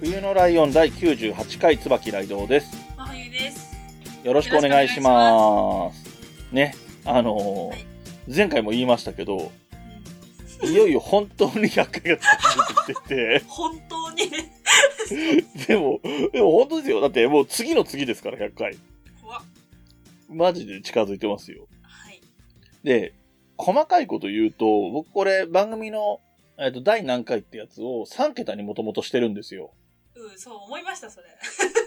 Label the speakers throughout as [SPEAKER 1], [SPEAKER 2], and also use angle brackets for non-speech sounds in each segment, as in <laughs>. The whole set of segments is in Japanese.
[SPEAKER 1] 冬のライオン第98回椿雷堂です。
[SPEAKER 2] 真冬です
[SPEAKER 1] よろしくお願いします。ね、あの
[SPEAKER 2] はい
[SPEAKER 1] ー、前回も言いましたけど、いよいよ本当に100回が近づいてきて <laughs>
[SPEAKER 2] 本当にね
[SPEAKER 1] て、でも、でも本当ですよ。だってもう次の次ですから、100回。
[SPEAKER 2] 怖っ
[SPEAKER 1] マジで近づいてますよ。
[SPEAKER 2] はい
[SPEAKER 1] で、細かいこと言うと、僕これ番組の、えっと、第何回ってやつを3桁にもともとしてるんですよ。
[SPEAKER 2] うんそう思いましたそれ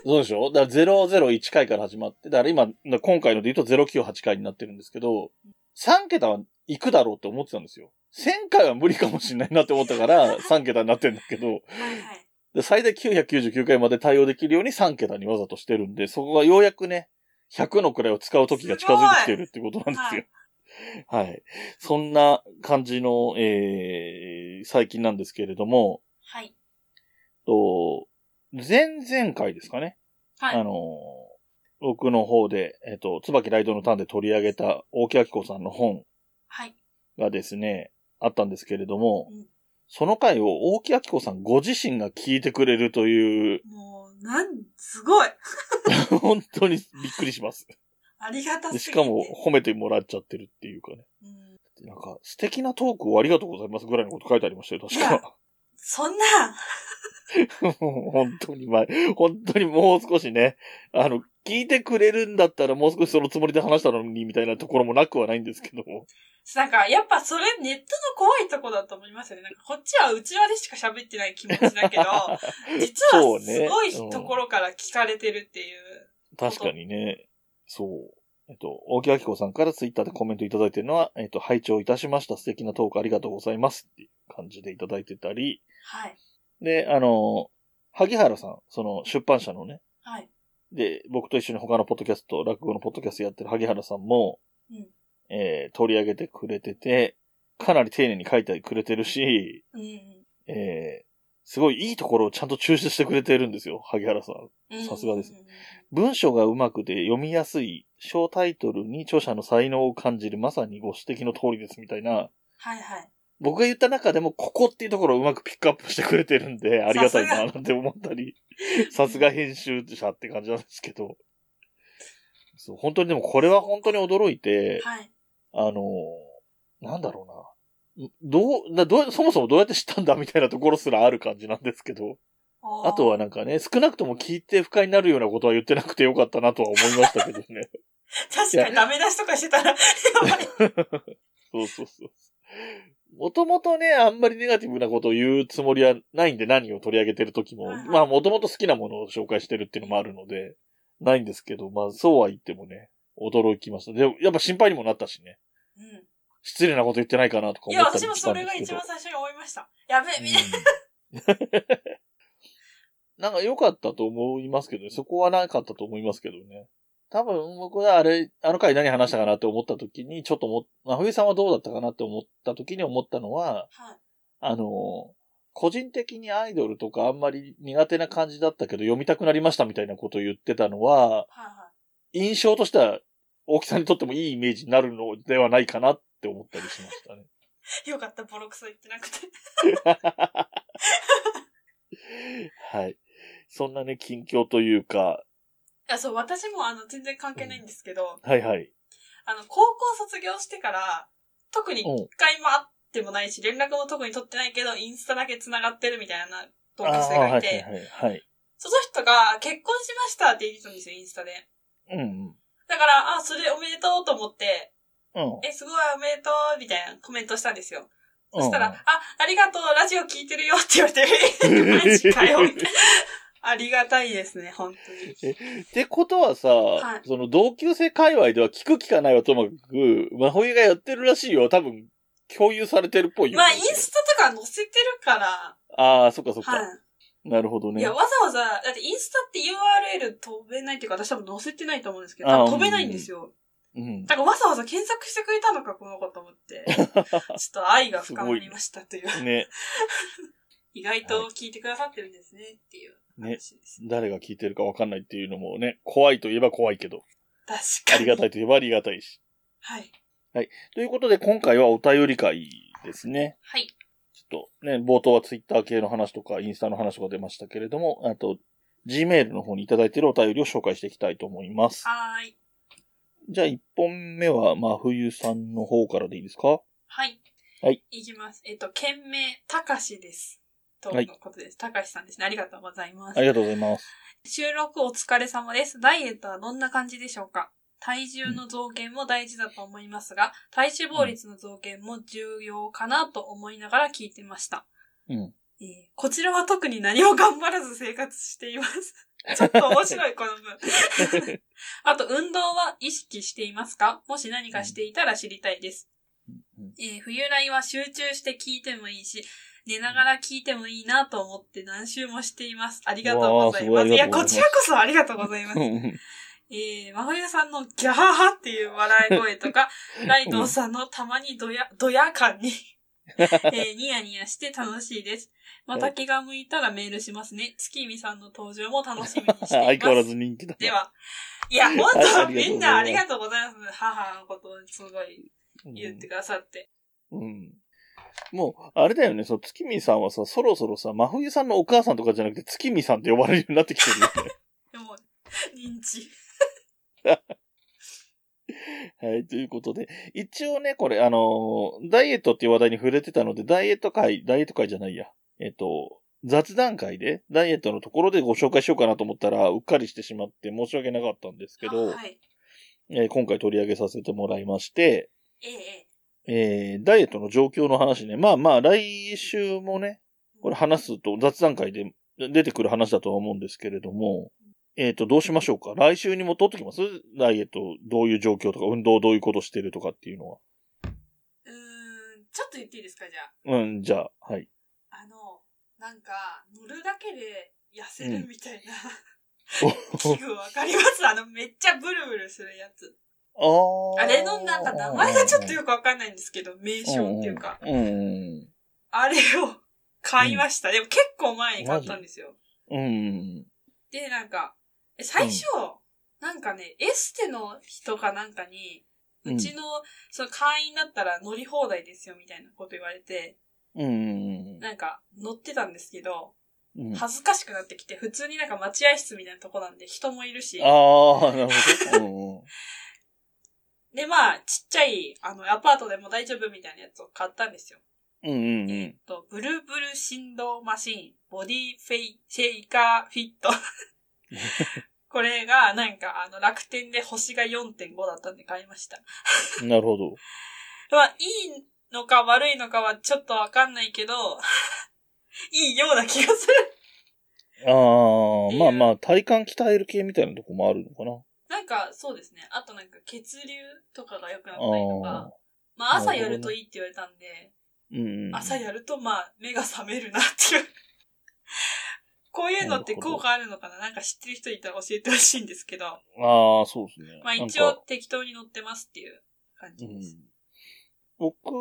[SPEAKER 1] そうでしょだから001回から始まって、だから今、今回ので言うと098回になってるんですけど、3桁は行くだろうって思ってたんですよ。1000回は無理かもしれないなって思った <laughs> から、3桁になってるんだけど、
[SPEAKER 2] はいはい
[SPEAKER 1] で最大999回まで対応できるように3桁にわざとしてるんで、そこがようやくね、100の位を使う時が近づいてきてるってことなんですよ。はい。そんな感じの、えー、最近なんですけれども、
[SPEAKER 2] はい
[SPEAKER 1] と、前々回ですかね。
[SPEAKER 2] はい
[SPEAKER 1] あのー、僕の方で、えっ、と、椿ライドのターンで取り上げた大木明子さんの本
[SPEAKER 2] はい
[SPEAKER 1] がですね、あったんですけれども、
[SPEAKER 2] うん
[SPEAKER 1] その回を大木明子さんご自身が聞いてくれるという、 <laughs>
[SPEAKER 2] もうなんすごい
[SPEAKER 1] 本当にびっくりします。
[SPEAKER 2] ありがたすぎ
[SPEAKER 1] で
[SPEAKER 2] て
[SPEAKER 1] しかも褒めてもらっちゃってるっていうかね。
[SPEAKER 2] うん
[SPEAKER 1] なんか、素敵なトークをありがとうございますぐらいのこと書いてありましたよ、確か。 <laughs>
[SPEAKER 2] そんな
[SPEAKER 1] もう本当に、まあ、本当にもう少しね、あの、聞いてくれるんだったらもう少しそのつもりで話したのにみたいなところもなくはないんですけども。
[SPEAKER 2] なんか、やっぱそれネットの怖いとこだと思いますよね。なんか、こっちは内輪でしか喋ってない気持ちだ
[SPEAKER 1] <laughs>
[SPEAKER 2] けど、実
[SPEAKER 1] そう
[SPEAKER 2] は
[SPEAKER 1] ね
[SPEAKER 2] すごいところから聞かれてるっていう。
[SPEAKER 1] 確かにね。そう。えっと、大木明子さんからツイッターでコメントいただいてるのは、えっと、拝聴いたしました。素敵なトークありがとうございますっていう感じでいただいてたり、
[SPEAKER 2] はい。
[SPEAKER 1] で、あの、萩原さん、その出版社のね、
[SPEAKER 2] はい。
[SPEAKER 1] で、僕と一緒に他のポッドキャスト、落語のポッドキャストやってる萩原さんも、
[SPEAKER 2] うん
[SPEAKER 1] えー取り上げてくれてて、かなり丁寧に書いてくれてるし、
[SPEAKER 2] うん
[SPEAKER 1] えーすごいいいところをちゃんと抽出してくれてるんですよ、萩原さん。
[SPEAKER 2] うん。
[SPEAKER 1] さすがです
[SPEAKER 2] うんうんうん。
[SPEAKER 1] 文章がうまくて読みやすい、小タイトルに著者の才能を感じる、まさにご指摘の通りですみたいな、
[SPEAKER 2] はいはい。
[SPEAKER 1] 僕が言った中でも、ここっていうところをうまくピックアップしてくれてるんで、ありがたいな、なんて思ったり、 <laughs> さすが編集者って感じなんですけど。そう、本当にでもこれは本当に驚いて、
[SPEAKER 2] はい。
[SPEAKER 1] あの、なんだろうな。どう、などう、そもそもどうやって知ったんだみたいなところすらある感じなんですけど。
[SPEAKER 2] おー
[SPEAKER 1] あとはなんかね、少なくとも聞いて不快になるようなことは言ってなくてよかったなとは思いましたけどね。
[SPEAKER 2] 確かにダメ出しとかして
[SPEAKER 1] <laughs>
[SPEAKER 2] たら、やばい。
[SPEAKER 1] そうそうそう。もともとね、あんまりネガティブなことを言うつもりはないんで、何を取り上げてる時も
[SPEAKER 2] はいは、い
[SPEAKER 1] まあもともと好きなものを紹介してるっていうのもあるので、ないんですけど、まあそうは言ってもね、驚きました。でもやっぱ心配にもなったしね、
[SPEAKER 2] う
[SPEAKER 1] 失礼なこと言ってないかなとか
[SPEAKER 2] ん。い
[SPEAKER 1] 思
[SPEAKER 2] や、
[SPEAKER 1] ったり
[SPEAKER 2] 私
[SPEAKER 1] も
[SPEAKER 2] も
[SPEAKER 1] した
[SPEAKER 2] そ
[SPEAKER 1] んで
[SPEAKER 2] れ
[SPEAKER 1] す
[SPEAKER 2] が
[SPEAKER 1] け
[SPEAKER 2] 一
[SPEAKER 1] ど
[SPEAKER 2] 番。最初に思いました。やべえ、みんな。
[SPEAKER 1] うん <laughs> なんか良かったと思いますけどね。そこはなかったと思いますけどね。多分僕はあれ、あの回何話したかなって思った時に、ちょっとも、まあ、冬さんはどうだったかなって思った時に思ったのは、
[SPEAKER 2] はい。
[SPEAKER 1] あの、個人的にアイドルとかあんまり苦手な感じだったけど読みたくなりましたみたいなことを言ってたのは、
[SPEAKER 2] はいは
[SPEAKER 1] 印象としては大木さんにとってもいいイメージになるのではないかなって思ったりしましたね。
[SPEAKER 2] い。よかった、ボロクソ言ってなくて。
[SPEAKER 1] はい。そんなね、近況というか、
[SPEAKER 2] いや、そう、私もあの、全然関係ないんですけど、
[SPEAKER 1] はいはい。
[SPEAKER 2] あの、高校卒業してから、特に
[SPEAKER 1] うん
[SPEAKER 2] 一回も会ってもないし、連絡も特に取ってないけど、インスタだけ繋がってるみたいな同級生がいて、
[SPEAKER 1] あーはいはいはい。
[SPEAKER 2] その人が結婚しましたって言ってたんですよ、インスタで。
[SPEAKER 1] うんうん。
[SPEAKER 2] だから、あ、それおめでとうと思って、
[SPEAKER 1] うん。
[SPEAKER 2] え、すごいおめでとうみたいなコメントしたんですよ。そしたら、
[SPEAKER 1] うん
[SPEAKER 2] あ、ありがとう、ラジオ聞いてるよって言われ <laughs> て、マジかよみたいな。ありがたいですね、本当に。
[SPEAKER 1] ってことはさ、
[SPEAKER 2] はい
[SPEAKER 1] その同級生界隈では聞く聞かないはともかく、真冬がやってるらしいよ。多分、共有されてるっぽいよ、
[SPEAKER 2] まあ、インスタとか載せてるから。
[SPEAKER 1] ああ、そっかそっか。
[SPEAKER 2] は
[SPEAKER 1] なるほど
[SPEAKER 2] い。い
[SPEAKER 1] ね
[SPEAKER 2] や、。わざわざ、だってインスタって URL 飛べないっていうか、私多分載せてないと思うんですけど、
[SPEAKER 1] あ
[SPEAKER 2] 多分飛べないんですよ。
[SPEAKER 1] うん。
[SPEAKER 2] だからわざわざ検索してくれたのか、この子と思
[SPEAKER 1] <laughs>
[SPEAKER 2] って。ちょっと愛が深まりましたという。
[SPEAKER 1] ね。
[SPEAKER 2] 意外と聞いてくださってるんですね、っていう話です。
[SPEAKER 1] 誰が聞いてるかわかんないっていうのもね、怖いといえば怖いけど、
[SPEAKER 2] 確
[SPEAKER 1] あ
[SPEAKER 2] か
[SPEAKER 1] り
[SPEAKER 2] に。
[SPEAKER 1] がたいといえばありがたいし。
[SPEAKER 2] はい。
[SPEAKER 1] ということで、今回はお便り会ですね。
[SPEAKER 2] はい。
[SPEAKER 1] ちょっとね、冒頭はツイッター系の話とか、インスタの話とか出ましたけれども、あと、Gmail の方にいただいているお便りを紹介していきたいと思います。
[SPEAKER 2] はーい。
[SPEAKER 1] じゃあ、1本目は、真冬さんの方からでいいですか
[SPEAKER 2] はい。
[SPEAKER 1] はい。
[SPEAKER 2] いきます。えっと、件名、たかしです。と
[SPEAKER 1] は
[SPEAKER 2] の
[SPEAKER 1] い
[SPEAKER 2] ことです。たかしさんですね。ありがとうございます
[SPEAKER 1] あ。りがとうござい
[SPEAKER 2] <laughs>
[SPEAKER 1] ます。
[SPEAKER 2] 収録お疲れ様です。ダイエットはどんな感じでしょうか体重の増減も大事だと思いますが、体脂肪率の増減も重要かなと思いながら聞いてました。
[SPEAKER 1] うん。
[SPEAKER 2] えーこちらは特に何も頑張らず生活しています。 <laughs> ちょっと面白い、この文。あと、運動は意識していますかもし何かしていたら知りたいです。
[SPEAKER 1] うん
[SPEAKER 2] えー冬来は集中して聞いてもいいし、寝ながら聞いてもいいなと思って何周もしています。ありがとうございま
[SPEAKER 1] わあ
[SPEAKER 2] す。
[SPEAKER 1] す
[SPEAKER 2] い
[SPEAKER 1] ごいあ
[SPEAKER 2] や、
[SPEAKER 1] りが
[SPEAKER 2] こ
[SPEAKER 1] とうございます
[SPEAKER 2] ちらこそありがとうございます。
[SPEAKER 1] う
[SPEAKER 2] えー、真冬さんのギャハハっていう笑い声とか、ライドウさんのたまにドヤ、ドヤ感
[SPEAKER 1] <laughs>
[SPEAKER 2] に、えーニヤニヤして楽しいです。また気が向いたらメールしますね。月見さんの登場も楽しみにしています。
[SPEAKER 1] <laughs> 相変わらず人気だ。
[SPEAKER 2] では。いや、本当
[SPEAKER 1] <laughs> はいありがとうございます
[SPEAKER 2] みんなありがとうございます。母のことをすごい
[SPEAKER 1] うん
[SPEAKER 2] 言ってくださって。
[SPEAKER 1] うん。もう、あれだよね、その月見さんはさ、そろそろさ、真冬さんのお母さんとかじゃなくて月見さんって呼ばれるようになってきてるよね。
[SPEAKER 2] でも、認知。
[SPEAKER 1] はい、ということで、一応ね、これ、あのーダイエットっていう話題に触れてたので、ダイエット会、ダイエット会じゃないや、えっと、雑談会で、ダイエットのところでご紹介しようかなと思ったら、うっかりしてしまって申し訳なかったんですけど、
[SPEAKER 2] あはい。
[SPEAKER 1] えー今回取り上げさせてもらいまして、
[SPEAKER 2] ええ
[SPEAKER 1] えーダイエットの状況の話ね、まあまあ、来週もね、これ話すと雑談会で出てくる話だとは思うんですけれども、えっ、と、どうしましょうか来週にも撮っときますダイエット、どういう状況とか、運動どういうことしてるとかっていうのは。
[SPEAKER 2] うーん、ちょっと言っていいですか、じゃあ。
[SPEAKER 1] うん、じゃあ、はい。
[SPEAKER 2] あの、なんか、乗るだけで痩せるみたいな、 <laughs> 器具わかりますあの、めっちゃブルブルするやつ。
[SPEAKER 1] あ
[SPEAKER 2] あれのなんか名前がちょっとよくわかんないんですけど、名称っていうか。
[SPEAKER 1] く。うん。
[SPEAKER 2] あれを買いました。でも結構前に買ったんですよ。
[SPEAKER 1] うん。
[SPEAKER 2] で、なんか、え最初、なんかね、エステの人かなんかに、
[SPEAKER 1] う
[SPEAKER 2] うんちの、その会員だったら乗り放題ですよみたいなこと言われて、
[SPEAKER 1] うん。
[SPEAKER 2] なんか乗ってたんですけど、
[SPEAKER 1] うん
[SPEAKER 2] 恥ずかしくなってきて、普通になんか待合室みたいなとこなんで人もいるし、
[SPEAKER 1] ああ、なるほど。
[SPEAKER 2] で、まあ、ちっちゃい、あの、アパートでも大丈夫みたいなやつを買ったんですよ。
[SPEAKER 1] うん。うんうんうん。
[SPEAKER 2] と、ブルブル振動マシン、ボディフェイ、シェイカーフィッ
[SPEAKER 1] <laughs>
[SPEAKER 2] ト。これが、なんか、あの、楽天で星が4.5だったんで買いました。
[SPEAKER 1] なるほど。
[SPEAKER 2] まあ、いいのか悪いのかはちょっとわかんないけど、 <laughs> いいような気がする。 <laughs>
[SPEAKER 1] ああ、まあまあ、体幹鍛える系みたいなとこもあるのかな。
[SPEAKER 2] なんか、そうですね。あとなんか、血流とかが良くなったりと
[SPEAKER 1] あ
[SPEAKER 2] か
[SPEAKER 1] ー、
[SPEAKER 2] まあ、朝やるといいって言われたんで、
[SPEAKER 1] うんうん。
[SPEAKER 2] 朝やると、まあ、目が覚めるなっていう。 <laughs> こういうのって効果あるのかななんか知ってる人いたら教えてほしいんですけど。
[SPEAKER 1] ああ、そうですね。
[SPEAKER 2] まあ
[SPEAKER 1] なん
[SPEAKER 2] 一
[SPEAKER 1] か
[SPEAKER 2] 応適当に乗ってますっていう感じです。
[SPEAKER 1] 僕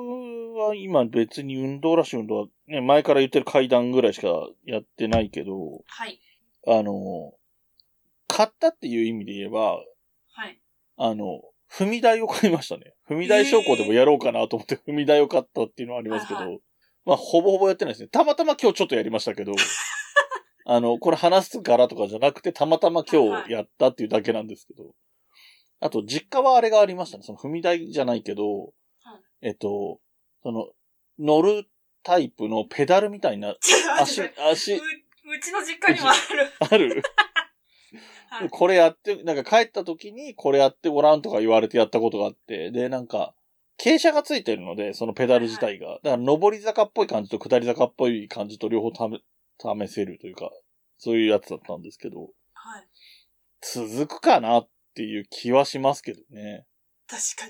[SPEAKER 1] は今別に運動らしい運動は、ね、前から言ってる階段ぐらいしかやってないけど、
[SPEAKER 2] はい。
[SPEAKER 1] あの、買ったっていう意味で言えば、
[SPEAKER 2] はい。 <laughs>
[SPEAKER 1] あの、踏み台を買いましたね。踏み台昇降でもやろうかなと思って踏み台を買ったっていうのはありますけど、
[SPEAKER 2] はいは
[SPEAKER 1] まあほぼほぼやってないですね。たまたま今日ちょっとやりました
[SPEAKER 2] <laughs>
[SPEAKER 1] けど、あの、これ話すからとかじゃなくて、たまたま今日やったっていうだけなんですけど、あと実家はあれがありましたね。その踏み台じゃないけど、
[SPEAKER 2] はい
[SPEAKER 1] えっと、その、乗るタイプのペダルみたいな、
[SPEAKER 2] ちょっと待
[SPEAKER 1] 足
[SPEAKER 2] って、
[SPEAKER 1] 足
[SPEAKER 2] う、うちの実家にもある。
[SPEAKER 1] ある
[SPEAKER 2] <laughs> はい
[SPEAKER 1] これやって、なんか帰った時にこれやってごらんとか言われてやったことがあって、で、なんか、傾斜がついてるので、そのペダル自体が。だから、上り坂っぽい感じと下り坂っぽい感じと両方ため、試せるというか、そういうやつだったんですけど、
[SPEAKER 2] はい。
[SPEAKER 1] 続くかなっていう気はしますけどね。
[SPEAKER 2] 確か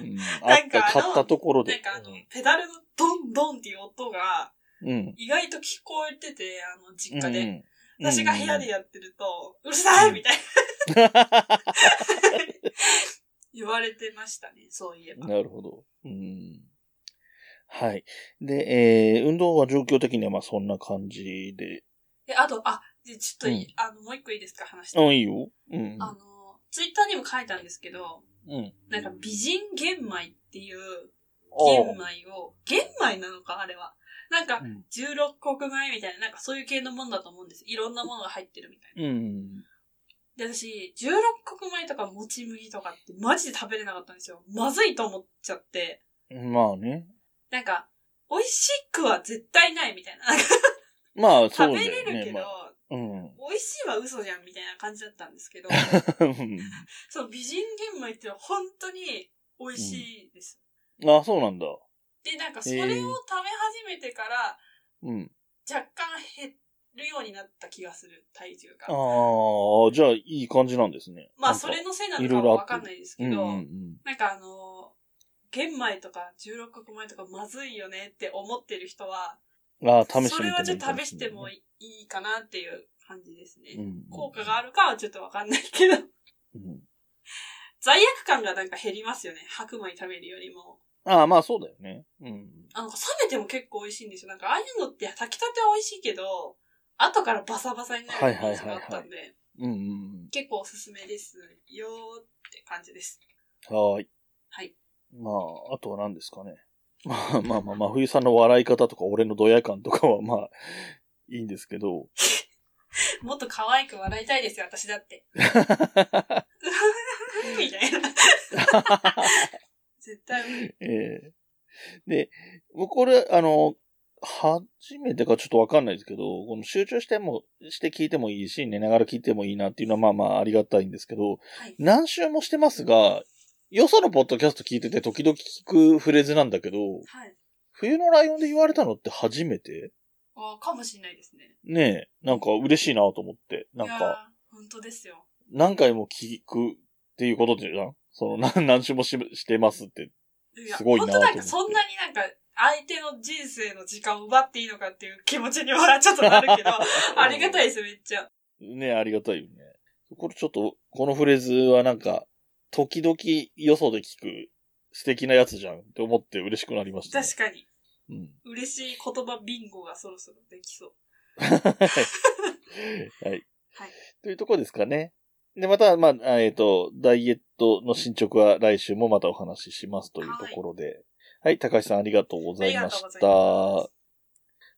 [SPEAKER 2] に。
[SPEAKER 1] うん、あ
[SPEAKER 2] な
[SPEAKER 1] っ
[SPEAKER 2] ん
[SPEAKER 1] た、
[SPEAKER 2] かあの
[SPEAKER 1] 買ったところ
[SPEAKER 2] な
[SPEAKER 1] で
[SPEAKER 2] ん。かあの、ペダルのドンドンっていう音が、
[SPEAKER 1] うん。
[SPEAKER 2] 意外と聞こえてて、あの、実家で。
[SPEAKER 1] うん
[SPEAKER 2] 私が部屋でやってると、うるさいみたいな
[SPEAKER 1] <laughs>
[SPEAKER 2] 言われてましたね、そういえば。
[SPEAKER 1] なるほど。うん。はい。で、えー、運動は状況的にはまあそんな感じで。
[SPEAKER 2] で、あと、あ、で、ちょっといい、
[SPEAKER 1] う
[SPEAKER 2] あの、もう一個いいですか、話して。
[SPEAKER 1] うん、いいよ。うん。
[SPEAKER 2] あの、ツイッターにも書いたんですけど、
[SPEAKER 1] うん。
[SPEAKER 2] なんか美人玄米っていう
[SPEAKER 1] お
[SPEAKER 2] 玄米を、玄米なのかあれは。なんか
[SPEAKER 1] う、ん。
[SPEAKER 2] 16国米みたいな、なんかそういう系のもんだと思うんです。いろんなものが入ってるみたいな。
[SPEAKER 1] うん。
[SPEAKER 2] で、私、16穀米とかもち麦とかってマジで食べれなかったんですよ。まずいと思っちゃって。
[SPEAKER 1] まあね。
[SPEAKER 2] なんか、美味しくは絶対ないみたいな。なんか
[SPEAKER 1] まあ、そ
[SPEAKER 2] 食
[SPEAKER 1] うだ
[SPEAKER 2] べれ
[SPEAKER 1] よ
[SPEAKER 2] る
[SPEAKER 1] ね。
[SPEAKER 2] けど、
[SPEAKER 1] まあ、うん。 <laughs>
[SPEAKER 2] 美味しいは嘘じゃんみたいな感じだったんですけど、その美人玄米っていうのは本当に美味しいです。
[SPEAKER 1] あ、そうなんだ。
[SPEAKER 2] で、なんかそれを食べ始めてから
[SPEAKER 1] うん。
[SPEAKER 2] 若干減るようになった気がする、体重
[SPEAKER 1] あ
[SPEAKER 2] が。
[SPEAKER 1] あ、じゃあ、いい感じなんですね。
[SPEAKER 2] まあ
[SPEAKER 1] なんか
[SPEAKER 2] それのせいなの
[SPEAKER 1] い
[SPEAKER 2] か
[SPEAKER 1] ろい
[SPEAKER 2] は
[SPEAKER 1] ろあ
[SPEAKER 2] わ
[SPEAKER 1] って
[SPEAKER 2] かんないです
[SPEAKER 1] う
[SPEAKER 2] け
[SPEAKER 1] んう
[SPEAKER 2] ど、
[SPEAKER 1] んうん。
[SPEAKER 2] なんかあのー玄米とか16穀米とかまずいよねって思ってる人は、
[SPEAKER 1] ああ、試してみてもいいかもし
[SPEAKER 2] それ
[SPEAKER 1] れな
[SPEAKER 2] はいちょっと試してもいいかなっていう感じですね。
[SPEAKER 1] うんうん
[SPEAKER 2] 効果があるかはちょっとわかんないけど、 <laughs>
[SPEAKER 1] うん
[SPEAKER 2] 罪悪感がなんか減りますよね。白米食べるよりも。
[SPEAKER 1] ああ、まあそうだよね。うん。
[SPEAKER 2] あの、冷めても結構美味しいんですよ。なんかああいうのって炊きたては美味しいけど、後からバサバサになるイメージがあったんで、
[SPEAKER 1] うんうん
[SPEAKER 2] 結構おすすめですよーって感じです。
[SPEAKER 1] うん。はーい。
[SPEAKER 2] はい。
[SPEAKER 1] まあ、あとは何ですかね。 <laughs> まあまあまあ、真冬さんの笑い方とか、俺のドヤ感とかはまあ、いいんですけど。
[SPEAKER 2] もっと可愛く笑いたいですよ、私だ
[SPEAKER 1] <laughs>
[SPEAKER 2] って。みたいな。絶対無理。
[SPEAKER 1] ええで、僕これ、あの、初めてかちょっとわかんないですけど、この集中しても、して聞いてもいいし、寝ながら聞いてもいいなっていうのはまあまあありがたいんですけど、
[SPEAKER 2] はい。
[SPEAKER 1] 何周もしてますが、よそのポッドキャスト聞いてて時々聞くフレーズなんだけど、
[SPEAKER 2] はい。
[SPEAKER 1] 冬のライオンで言われたのって初めて
[SPEAKER 2] ああ、かもしれないですね。
[SPEAKER 1] ねえ、なんか嬉しいなと思って、なん
[SPEAKER 2] いやー
[SPEAKER 1] か、、
[SPEAKER 2] 本当ですよ。
[SPEAKER 1] 何回も聞くっていうことじゃんその、 <laughs> 何何周もししてますって。
[SPEAKER 2] いや
[SPEAKER 1] すごいな
[SPEAKER 2] 本当
[SPEAKER 1] と思っ
[SPEAKER 2] な
[SPEAKER 1] て
[SPEAKER 2] んかそんなになんか、相手の人生の時間を奪っていいのかっていう気持ちにはちょっとなるけ
[SPEAKER 1] <laughs>
[SPEAKER 2] ど、ありがたいです、めっちゃ。
[SPEAKER 1] ねありがたいよね。これちょっと、このフレーズはなんか、時々よそで聞く素敵なやつじゃんって思って嬉しくなりましたね、
[SPEAKER 2] 確かに。
[SPEAKER 1] うん。
[SPEAKER 2] 嬉しい言葉ビンゴがそろそろできそう。
[SPEAKER 1] はい。というとこですかね。で、また、まあ、あえっ、と、ダイエットの進捗は来週もまたお話ししますというところで。はい、高橋さんありがとうございまし
[SPEAKER 2] ありが
[SPEAKER 1] た
[SPEAKER 2] とうございま。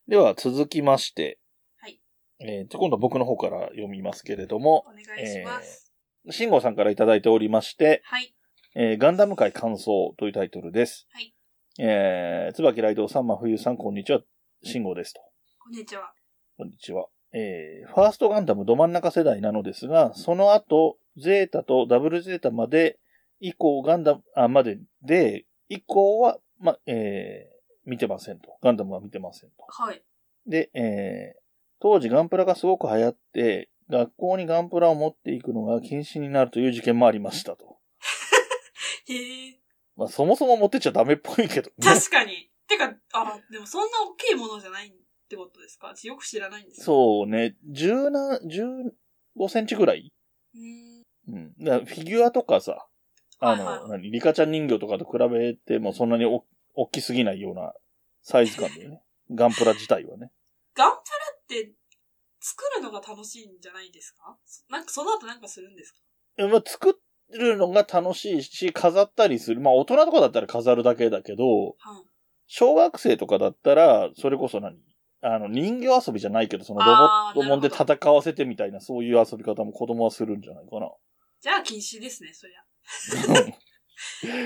[SPEAKER 1] では、続きまして。
[SPEAKER 2] はい。
[SPEAKER 1] えっ、と、今度は僕の方から読みますけれども
[SPEAKER 2] お、願いします。
[SPEAKER 1] 慎吾さんからいただいておりまして、
[SPEAKER 2] はい。
[SPEAKER 1] えーガンダム界感想というタイトルです。
[SPEAKER 2] はい。
[SPEAKER 1] えー、椿雷道さん、真冬さん、こんにちは。慎吾ですと。
[SPEAKER 2] こんにちは。
[SPEAKER 1] こんにちは。えー、ファーストガンダムど真ん中世代なのですが、その後、ゼータとダブルゼータまで、以降ガンダム、あ、までで、以降は、ま、えー、見てませんと。ガンダムは見てませんと。
[SPEAKER 2] はい。
[SPEAKER 1] で、えー、当時ガンプラがすごく流行って、学校にガンプラを持っていくのが禁止になるという事件もありましたと。
[SPEAKER 2] へえ。
[SPEAKER 1] まあ、そもそも持ってっちゃダメっぽいけど、ね。
[SPEAKER 2] 確かに。てか、あ、でもそんな大きいものじゃないってことですか私よく知らないんですう。
[SPEAKER 1] そうね、十な、十五センチぐらい
[SPEAKER 2] うん。
[SPEAKER 1] うん。だからフィギュアとかさ、あ
[SPEAKER 2] はいは
[SPEAKER 1] の、何、リカちゃん人形とかと比べてもそんなにお大きすぎないようなサイズ感だよね。ガンプラ自体はね。
[SPEAKER 2] ガンプラって作るのが楽しいんじゃないですかなんかその後なんかするんですか
[SPEAKER 1] えまあ、作るのが楽しいし、飾ったりする。まあ、大人とかだったら飾るだけだけど、
[SPEAKER 2] はい。
[SPEAKER 1] 小学生とかだったら、それこそ何あの、人形遊びじゃないけど、そのロ
[SPEAKER 2] あー
[SPEAKER 1] ボットもんで
[SPEAKER 2] なるほ
[SPEAKER 1] 戦わせてみたいな、そういう遊び方も子供はするんじゃないかな。
[SPEAKER 2] じゃあ禁止ですね、そりゃ。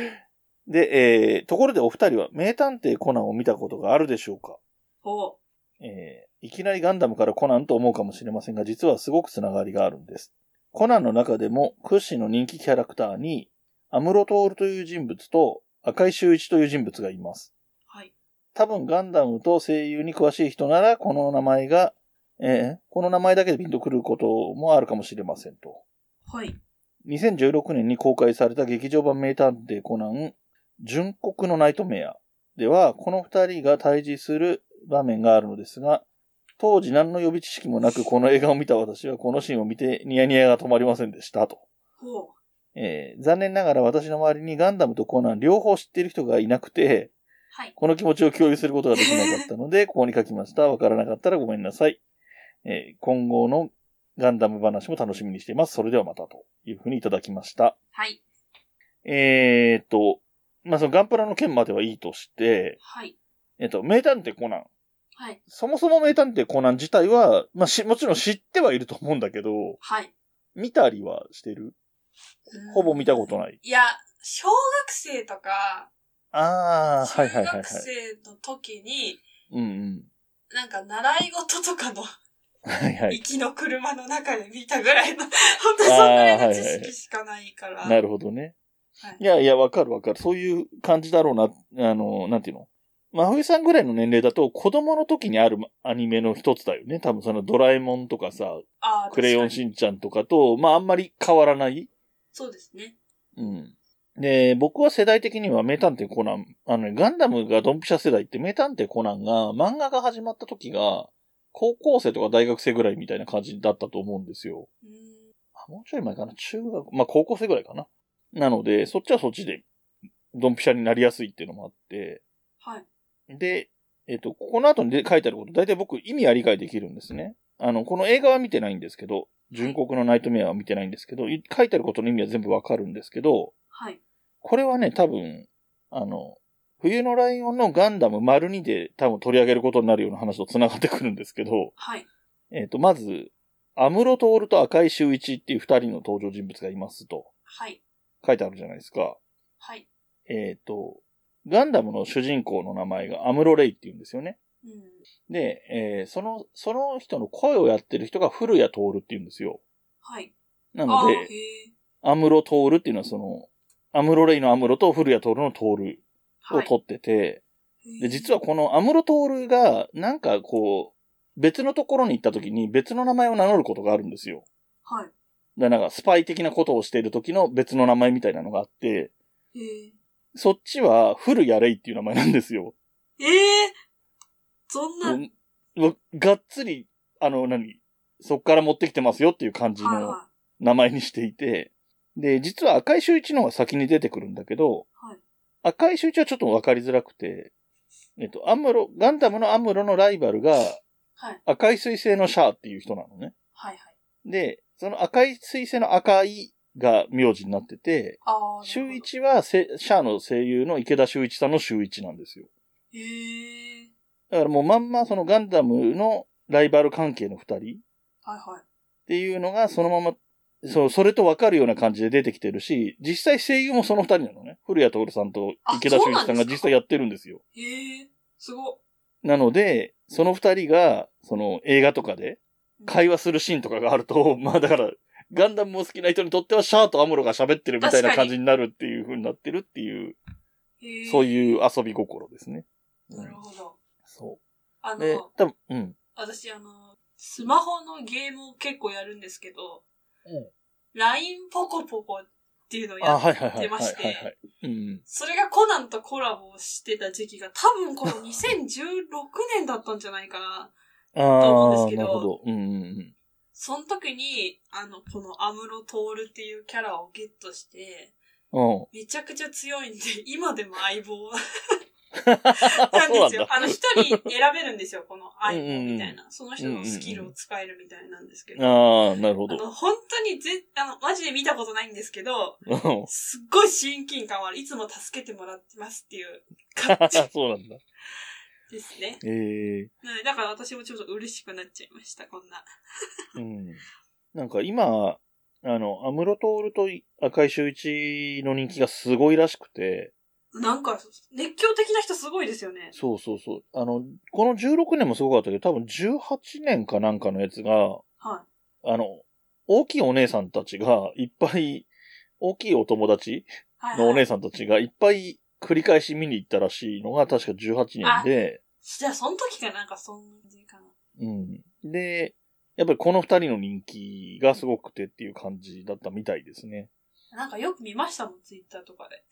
[SPEAKER 1] で、えー、ところでお二人は名探偵コナンを見たことがあるでしょうか
[SPEAKER 2] おう。
[SPEAKER 1] えーいきなりガンダムからコナンと思うかもしれませんが、実はすごくつながりがあるんです。コナンの中でも屈指の人気キャラクターに、アムロトールという人物と赤井秀一という人物がいます。
[SPEAKER 2] はい。
[SPEAKER 1] 多分ガンダムと声優に詳しい人なら、この名前が、えーこの名前だけでピンとくることもあるかもしれませんと。
[SPEAKER 2] はい。
[SPEAKER 1] 2016年に公開された劇場版名探偵コナン、純国のナイトメアでは、この二人が対峙する場面があるのですが、当時何の予備知識もなくこの映画を見た私はこのシーンを見てニヤニヤが止まりませんでしたと。
[SPEAKER 2] ほう。
[SPEAKER 1] えー残念ながら私の周りにガンダムとコナン両方知っている人がいなくて、
[SPEAKER 2] はい。
[SPEAKER 1] この気持ちを共有することができなかったの
[SPEAKER 2] <laughs>
[SPEAKER 1] で、ここに書きました。わからなかったらごめんなさい。えー今後のガンダム話も楽しみにしています。それではまたというふうにいただきました。
[SPEAKER 2] はい。
[SPEAKER 1] えーっと、まあ、そのガンプラの件まではいいとして、
[SPEAKER 2] はい。
[SPEAKER 1] えっと、名探偵コナン。
[SPEAKER 2] はい。
[SPEAKER 1] そもそも名探偵コナン自体は、まあ、し、もちろん知ってはいると思うんだけど、
[SPEAKER 2] はい。
[SPEAKER 1] 見たりはしてる
[SPEAKER 2] うん
[SPEAKER 1] ほぼ見たことない。
[SPEAKER 2] いや、小学生とか、
[SPEAKER 1] ああ、は
[SPEAKER 2] 中
[SPEAKER 1] いはいはい、はい
[SPEAKER 2] 学。生の時に、
[SPEAKER 1] うんうん。
[SPEAKER 2] なんか習い事とかの
[SPEAKER 1] はいはい。
[SPEAKER 2] 行きの車の中で見たぐらい
[SPEAKER 1] <laughs>
[SPEAKER 2] の、本当そんぐらいの知識しかないから。
[SPEAKER 1] なるほどね
[SPEAKER 2] はい。
[SPEAKER 1] いやいや、わかるわかる。そういう感じだろうな、あの、なんていうの真冬さんぐらいの年齢だと、子供の時にあるアニメの一つだよね。多分そのドラえもんとかさ、
[SPEAKER 2] あー
[SPEAKER 1] クレヨン
[SPEAKER 2] 確かに
[SPEAKER 1] しんちゃんとかと、まああんまり変わらない
[SPEAKER 2] そうですね。
[SPEAKER 1] うん。で、僕は世代的には名探偵コナン、あのね、ガンダムがドンピシャ世代って名探偵コナンが漫画が始まった時が、高校生とか大学生ぐらいみたいな感じだったと思うんですよ。
[SPEAKER 2] うーん
[SPEAKER 1] あもうちょい前かな中学、まあ高校生ぐらいかな。なので、そっちはそっちで、ドンピシャになりやすいっていうのもあって、
[SPEAKER 2] はい。
[SPEAKER 1] で、えっ、と、ここの後にで書いてあること、大体僕意味は理解できるんですね。あの、この映画は見てないんですけど、純国のナイトメアは見てないんですけど、い書いてあることの意味は全部わかるんですけど、
[SPEAKER 2] はい。
[SPEAKER 1] これはね、多分、あの、冬のライオンのガンダム丸2で多分取り上げることになるような話と繋がってくるんですけど、
[SPEAKER 2] はい。
[SPEAKER 1] えっ、と、まず、アムロトールと赤井秀一っていう二人の登場人物がいますと
[SPEAKER 2] はい。
[SPEAKER 1] 書いてあるじゃないですか。
[SPEAKER 2] はい。
[SPEAKER 1] えっ、と、ガンダムの主人公の名前がアムロレイって言うんですよね。
[SPEAKER 2] うん。
[SPEAKER 1] で、えーその、その人の声をやってる人が古谷徹って言うんですよ。
[SPEAKER 2] はい。
[SPEAKER 1] な
[SPEAKER 2] あ
[SPEAKER 1] の
[SPEAKER 2] ーへ
[SPEAKER 1] で、
[SPEAKER 2] え。
[SPEAKER 1] アムロトールっていうのはその、アムロレイのアムロと古谷徹のトールを
[SPEAKER 2] はい。
[SPEAKER 1] 取ってて、で、実は
[SPEAKER 2] は、
[SPEAKER 1] このアムロトールが、なんかこう、別のところに行った時に別の名前を名乗ることがあるんですよ。
[SPEAKER 2] は
[SPEAKER 1] だからなんかスパイ的なことをしている時の別の名前みたいなのがあって、
[SPEAKER 2] い。へえ。
[SPEAKER 1] そっちは古谷レイっていう名前なんですよ。
[SPEAKER 2] ええそんな、
[SPEAKER 1] うんうがっつり、あの、何そっから持ってきてますよっていう感じ
[SPEAKER 2] はい
[SPEAKER 1] の
[SPEAKER 2] は
[SPEAKER 1] 名前にしていて、で、実は赤井秀一の方が先に出てくるんだけど、
[SPEAKER 2] はい
[SPEAKER 1] 赤井秀一はちょっとわかりづらくて、えっと、アムロ、ガンダムのアムロのライバルが、
[SPEAKER 2] はい
[SPEAKER 1] 赤い彗星のシャアっていう人なの
[SPEAKER 2] い。
[SPEAKER 1] ね。
[SPEAKER 2] はいはい。
[SPEAKER 1] で、その赤い彗星の赤いが名字になってて、
[SPEAKER 2] ああ。
[SPEAKER 1] 秀一はせシャアの声優の池田秀一さんの秀一なんですよ。
[SPEAKER 2] へえ。
[SPEAKER 1] だからもうまんまそのガンダムのライバル関係の二人っ
[SPEAKER 2] はいはい。
[SPEAKER 1] ていうのがそのまま、そう、それとわかるような感じで出てきてるし、実際声優もその二人なのね。古谷徹さんと池田秀一さんが実際やってるんですよ。
[SPEAKER 2] へえ、すごっ。
[SPEAKER 1] なので、その二人が、その映画とかで会話するシーンとかがあると、 <laughs> まあだから、ガンダムも好きな人にとってはシャアとアムロが喋ってるみたいな
[SPEAKER 2] 確か
[SPEAKER 1] 感
[SPEAKER 2] に
[SPEAKER 1] じになるっていう風になってるっていう、
[SPEAKER 2] へえ
[SPEAKER 1] そういう遊び心ですね。う
[SPEAKER 2] なる
[SPEAKER 1] ん、
[SPEAKER 2] ほど。
[SPEAKER 1] そ
[SPEAKER 2] あ
[SPEAKER 1] う。で
[SPEAKER 2] の、、
[SPEAKER 1] 多分、うん。
[SPEAKER 2] 私あの、スマホのゲームを結構やるんですけど、
[SPEAKER 1] うん
[SPEAKER 2] LINE ポコポコっていうのをや
[SPEAKER 1] あ、
[SPEAKER 2] っ
[SPEAKER 1] はいはいはい。
[SPEAKER 2] 出まして
[SPEAKER 1] はいはいはい。うん。
[SPEAKER 2] それがコナンとコラボしてた時期が多分この2016年だったんじゃないかな。
[SPEAKER 1] あ
[SPEAKER 2] 思うん
[SPEAKER 1] あ、
[SPEAKER 2] ですけ
[SPEAKER 1] な
[SPEAKER 2] ど
[SPEAKER 1] るほど。うんうんうん。
[SPEAKER 2] その時に、あの、このアムロトールっていうキャラをゲットして、 <laughs>
[SPEAKER 1] うん。
[SPEAKER 2] めちゃくちゃ強いんで、今でも相棒
[SPEAKER 1] <laughs> あ
[SPEAKER 2] なん
[SPEAKER 1] そうな
[SPEAKER 2] で
[SPEAKER 1] ん
[SPEAKER 2] すよ
[SPEAKER 1] だ。。
[SPEAKER 2] あの、一人選べるんですよ、このアイコンみたいな。その人のスキルを使えるみたいなんですけど。あ
[SPEAKER 1] ああ、なるほど。
[SPEAKER 2] の、本当にぜ、あの、マジで見たことないんですけど、
[SPEAKER 1] <laughs> うん
[SPEAKER 2] すっごい親近感はある。いつも助けてもらってますっていう感じ
[SPEAKER 1] そうなんだ。
[SPEAKER 2] ですね。 <laughs>
[SPEAKER 1] ええ
[SPEAKER 2] なのでだから私もちょっと嬉しくなっちゃいました、こんな。
[SPEAKER 1] うん。なんか今、あの、アムロトールと赤井秀一の人気がすごいらしくて、
[SPEAKER 2] なんか、熱狂的な人すごいですよね。
[SPEAKER 1] そうそうそう。あの、この16年もすごかったけど、多分18年かなんかのやつが、
[SPEAKER 2] は
[SPEAKER 1] あの、大きいお姉さんたちがいっぱい、大きいお友達
[SPEAKER 2] い。はい、はい。
[SPEAKER 1] のお姉さんたちがいっぱい繰り返し見に行ったらしいのが確か18年で、
[SPEAKER 2] じゃあ、その時がなんかそんな感じかな。
[SPEAKER 1] うん。で、やっぱりこの二人の人気がすごくてっていう感じだったみたいですね。
[SPEAKER 2] なんかよく見ましたもん、ツイッターとかで。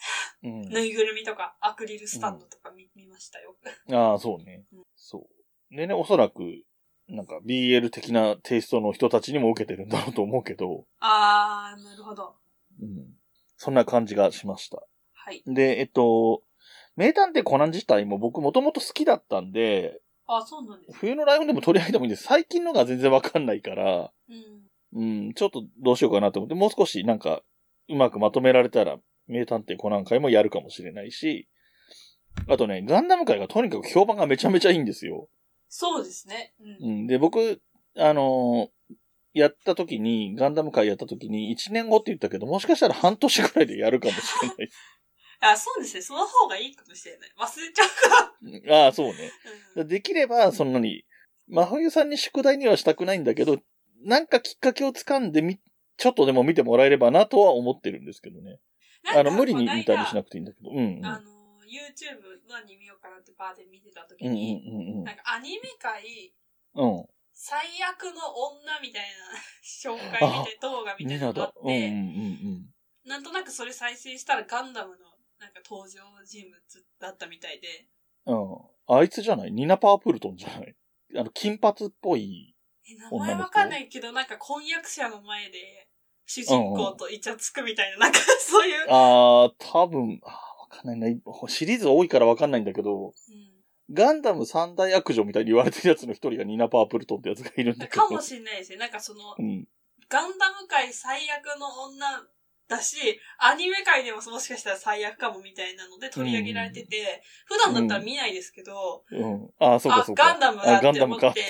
[SPEAKER 1] うん。
[SPEAKER 2] ぬいぐるみとか、アクリルスタンドとか見,、見ましたよ。
[SPEAKER 1] ああ、そうね
[SPEAKER 2] うん。
[SPEAKER 1] そう。でね、おそらく、なんか BL 的なテイストの人たちにも受けてるんだろうと思うけど、
[SPEAKER 2] あー、なるほど。
[SPEAKER 1] うん。そんな感じがしました。
[SPEAKER 2] はい。
[SPEAKER 1] で、えっと、名探偵コナン自体も僕もともと好きだったんで、
[SPEAKER 2] あ、そうなんです。
[SPEAKER 1] 冬のライブでも取り上げてもいいんです最近のが全然わかんないから、
[SPEAKER 2] うん。
[SPEAKER 1] うん、ちょっとどうしようかなと思って、もう少しなんか、うまくまとめられたら、名探偵コナン会もやるかもしれないし、あとね、ガンダム界がとにかく評判がめちゃめちゃいいんですよ。
[SPEAKER 2] そうですね。うん。
[SPEAKER 1] うん、で、僕、あのーやった時に、ガンダム界やった時に、1年後って言ったけど、もしかしたら半年くらいでやるかもしれない
[SPEAKER 2] あ、そうですね。その方がいいかもしれない。忘れちゃう。
[SPEAKER 1] うん <laughs> ああ、そうね。
[SPEAKER 2] うん。
[SPEAKER 1] できれば、そんなに、真冬さんに宿題にはしたくないんだけど、なんかきっかけをつかんでみ、ちょっとでも見てもらえればなとは思ってるんですけどね。あの、無理に見たりしな
[SPEAKER 2] く
[SPEAKER 1] くていいんだけど。うん、うん。
[SPEAKER 2] あの、YouTube 何見ようかなってバーで見てた時
[SPEAKER 1] うん、うん
[SPEAKER 2] に、、
[SPEAKER 1] うん
[SPEAKER 2] なんかアニメ界
[SPEAKER 1] うん。うん。
[SPEAKER 2] 最悪の女みたいな紹介みたい動画みたい
[SPEAKER 1] ニ
[SPEAKER 2] な
[SPEAKER 1] ナ
[SPEAKER 2] のがあっ。
[SPEAKER 1] だうん、うん、うん
[SPEAKER 2] て、なんとなくそれ再生したらガンダムのなんか登場人物だったみたいで、
[SPEAKER 1] うん、うん。あいつじゃないニナ・パープルトンじゃないあの、金髪っぽい。
[SPEAKER 2] え、名前わかんないけど、なんか婚約者の前で、主人公とイチャつくみたいな、なんかそういう。
[SPEAKER 1] あー、多分、あーわかんないな。シリーズ多いからわかんないんだけど、
[SPEAKER 2] う
[SPEAKER 1] ガンダム三大悪女みたいに言われてるやつの一人がニナ・パープルトンってやつがいるんだ
[SPEAKER 2] ん、
[SPEAKER 1] けど。
[SPEAKER 2] かもしれないですね。なんかその、
[SPEAKER 1] うん。
[SPEAKER 2] ガンダム界最悪の女だし、アニメ界でももしかしたら最悪かもみたいなので取り上げられてて、普段だったら見ないですけど、
[SPEAKER 1] うん。あ、そうか
[SPEAKER 2] あ
[SPEAKER 1] そう、か。
[SPEAKER 2] ガンダムだ
[SPEAKER 1] あガ
[SPEAKER 2] っ
[SPEAKER 1] ン
[SPEAKER 2] て
[SPEAKER 1] ダム
[SPEAKER 2] 思
[SPEAKER 1] か
[SPEAKER 2] っ、
[SPEAKER 1] って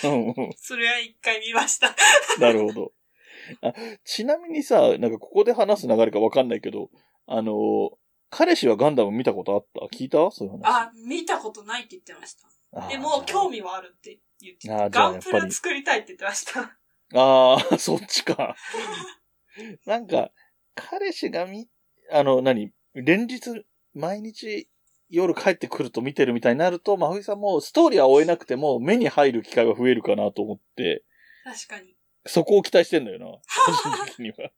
[SPEAKER 1] て。うんうん。
[SPEAKER 2] それは一回見ました。
[SPEAKER 1] <laughs> なるほど。あちなみにさ、なんかここで話す流れかわかんないけど、あのー、彼氏はガンダム見たことあった聞いたそういう話。
[SPEAKER 2] あ、見たことないって言ってました。
[SPEAKER 1] あー、
[SPEAKER 2] でも、興味はあるって言って
[SPEAKER 1] あ
[SPEAKER 2] た。
[SPEAKER 1] じゃあ
[SPEAKER 2] ガンプラ作りたいって言ってました。
[SPEAKER 1] じゃあ。あー <laughs> そっちか。なんか、彼氏がみ、あの、何連日、毎日、夜帰ってくると見てるみたいになると、まふいさんもストーリーは追えなくても目に入る機会が増えるかなと思って、
[SPEAKER 2] 確かに。
[SPEAKER 1] そこを期待してんだよな。個人的には。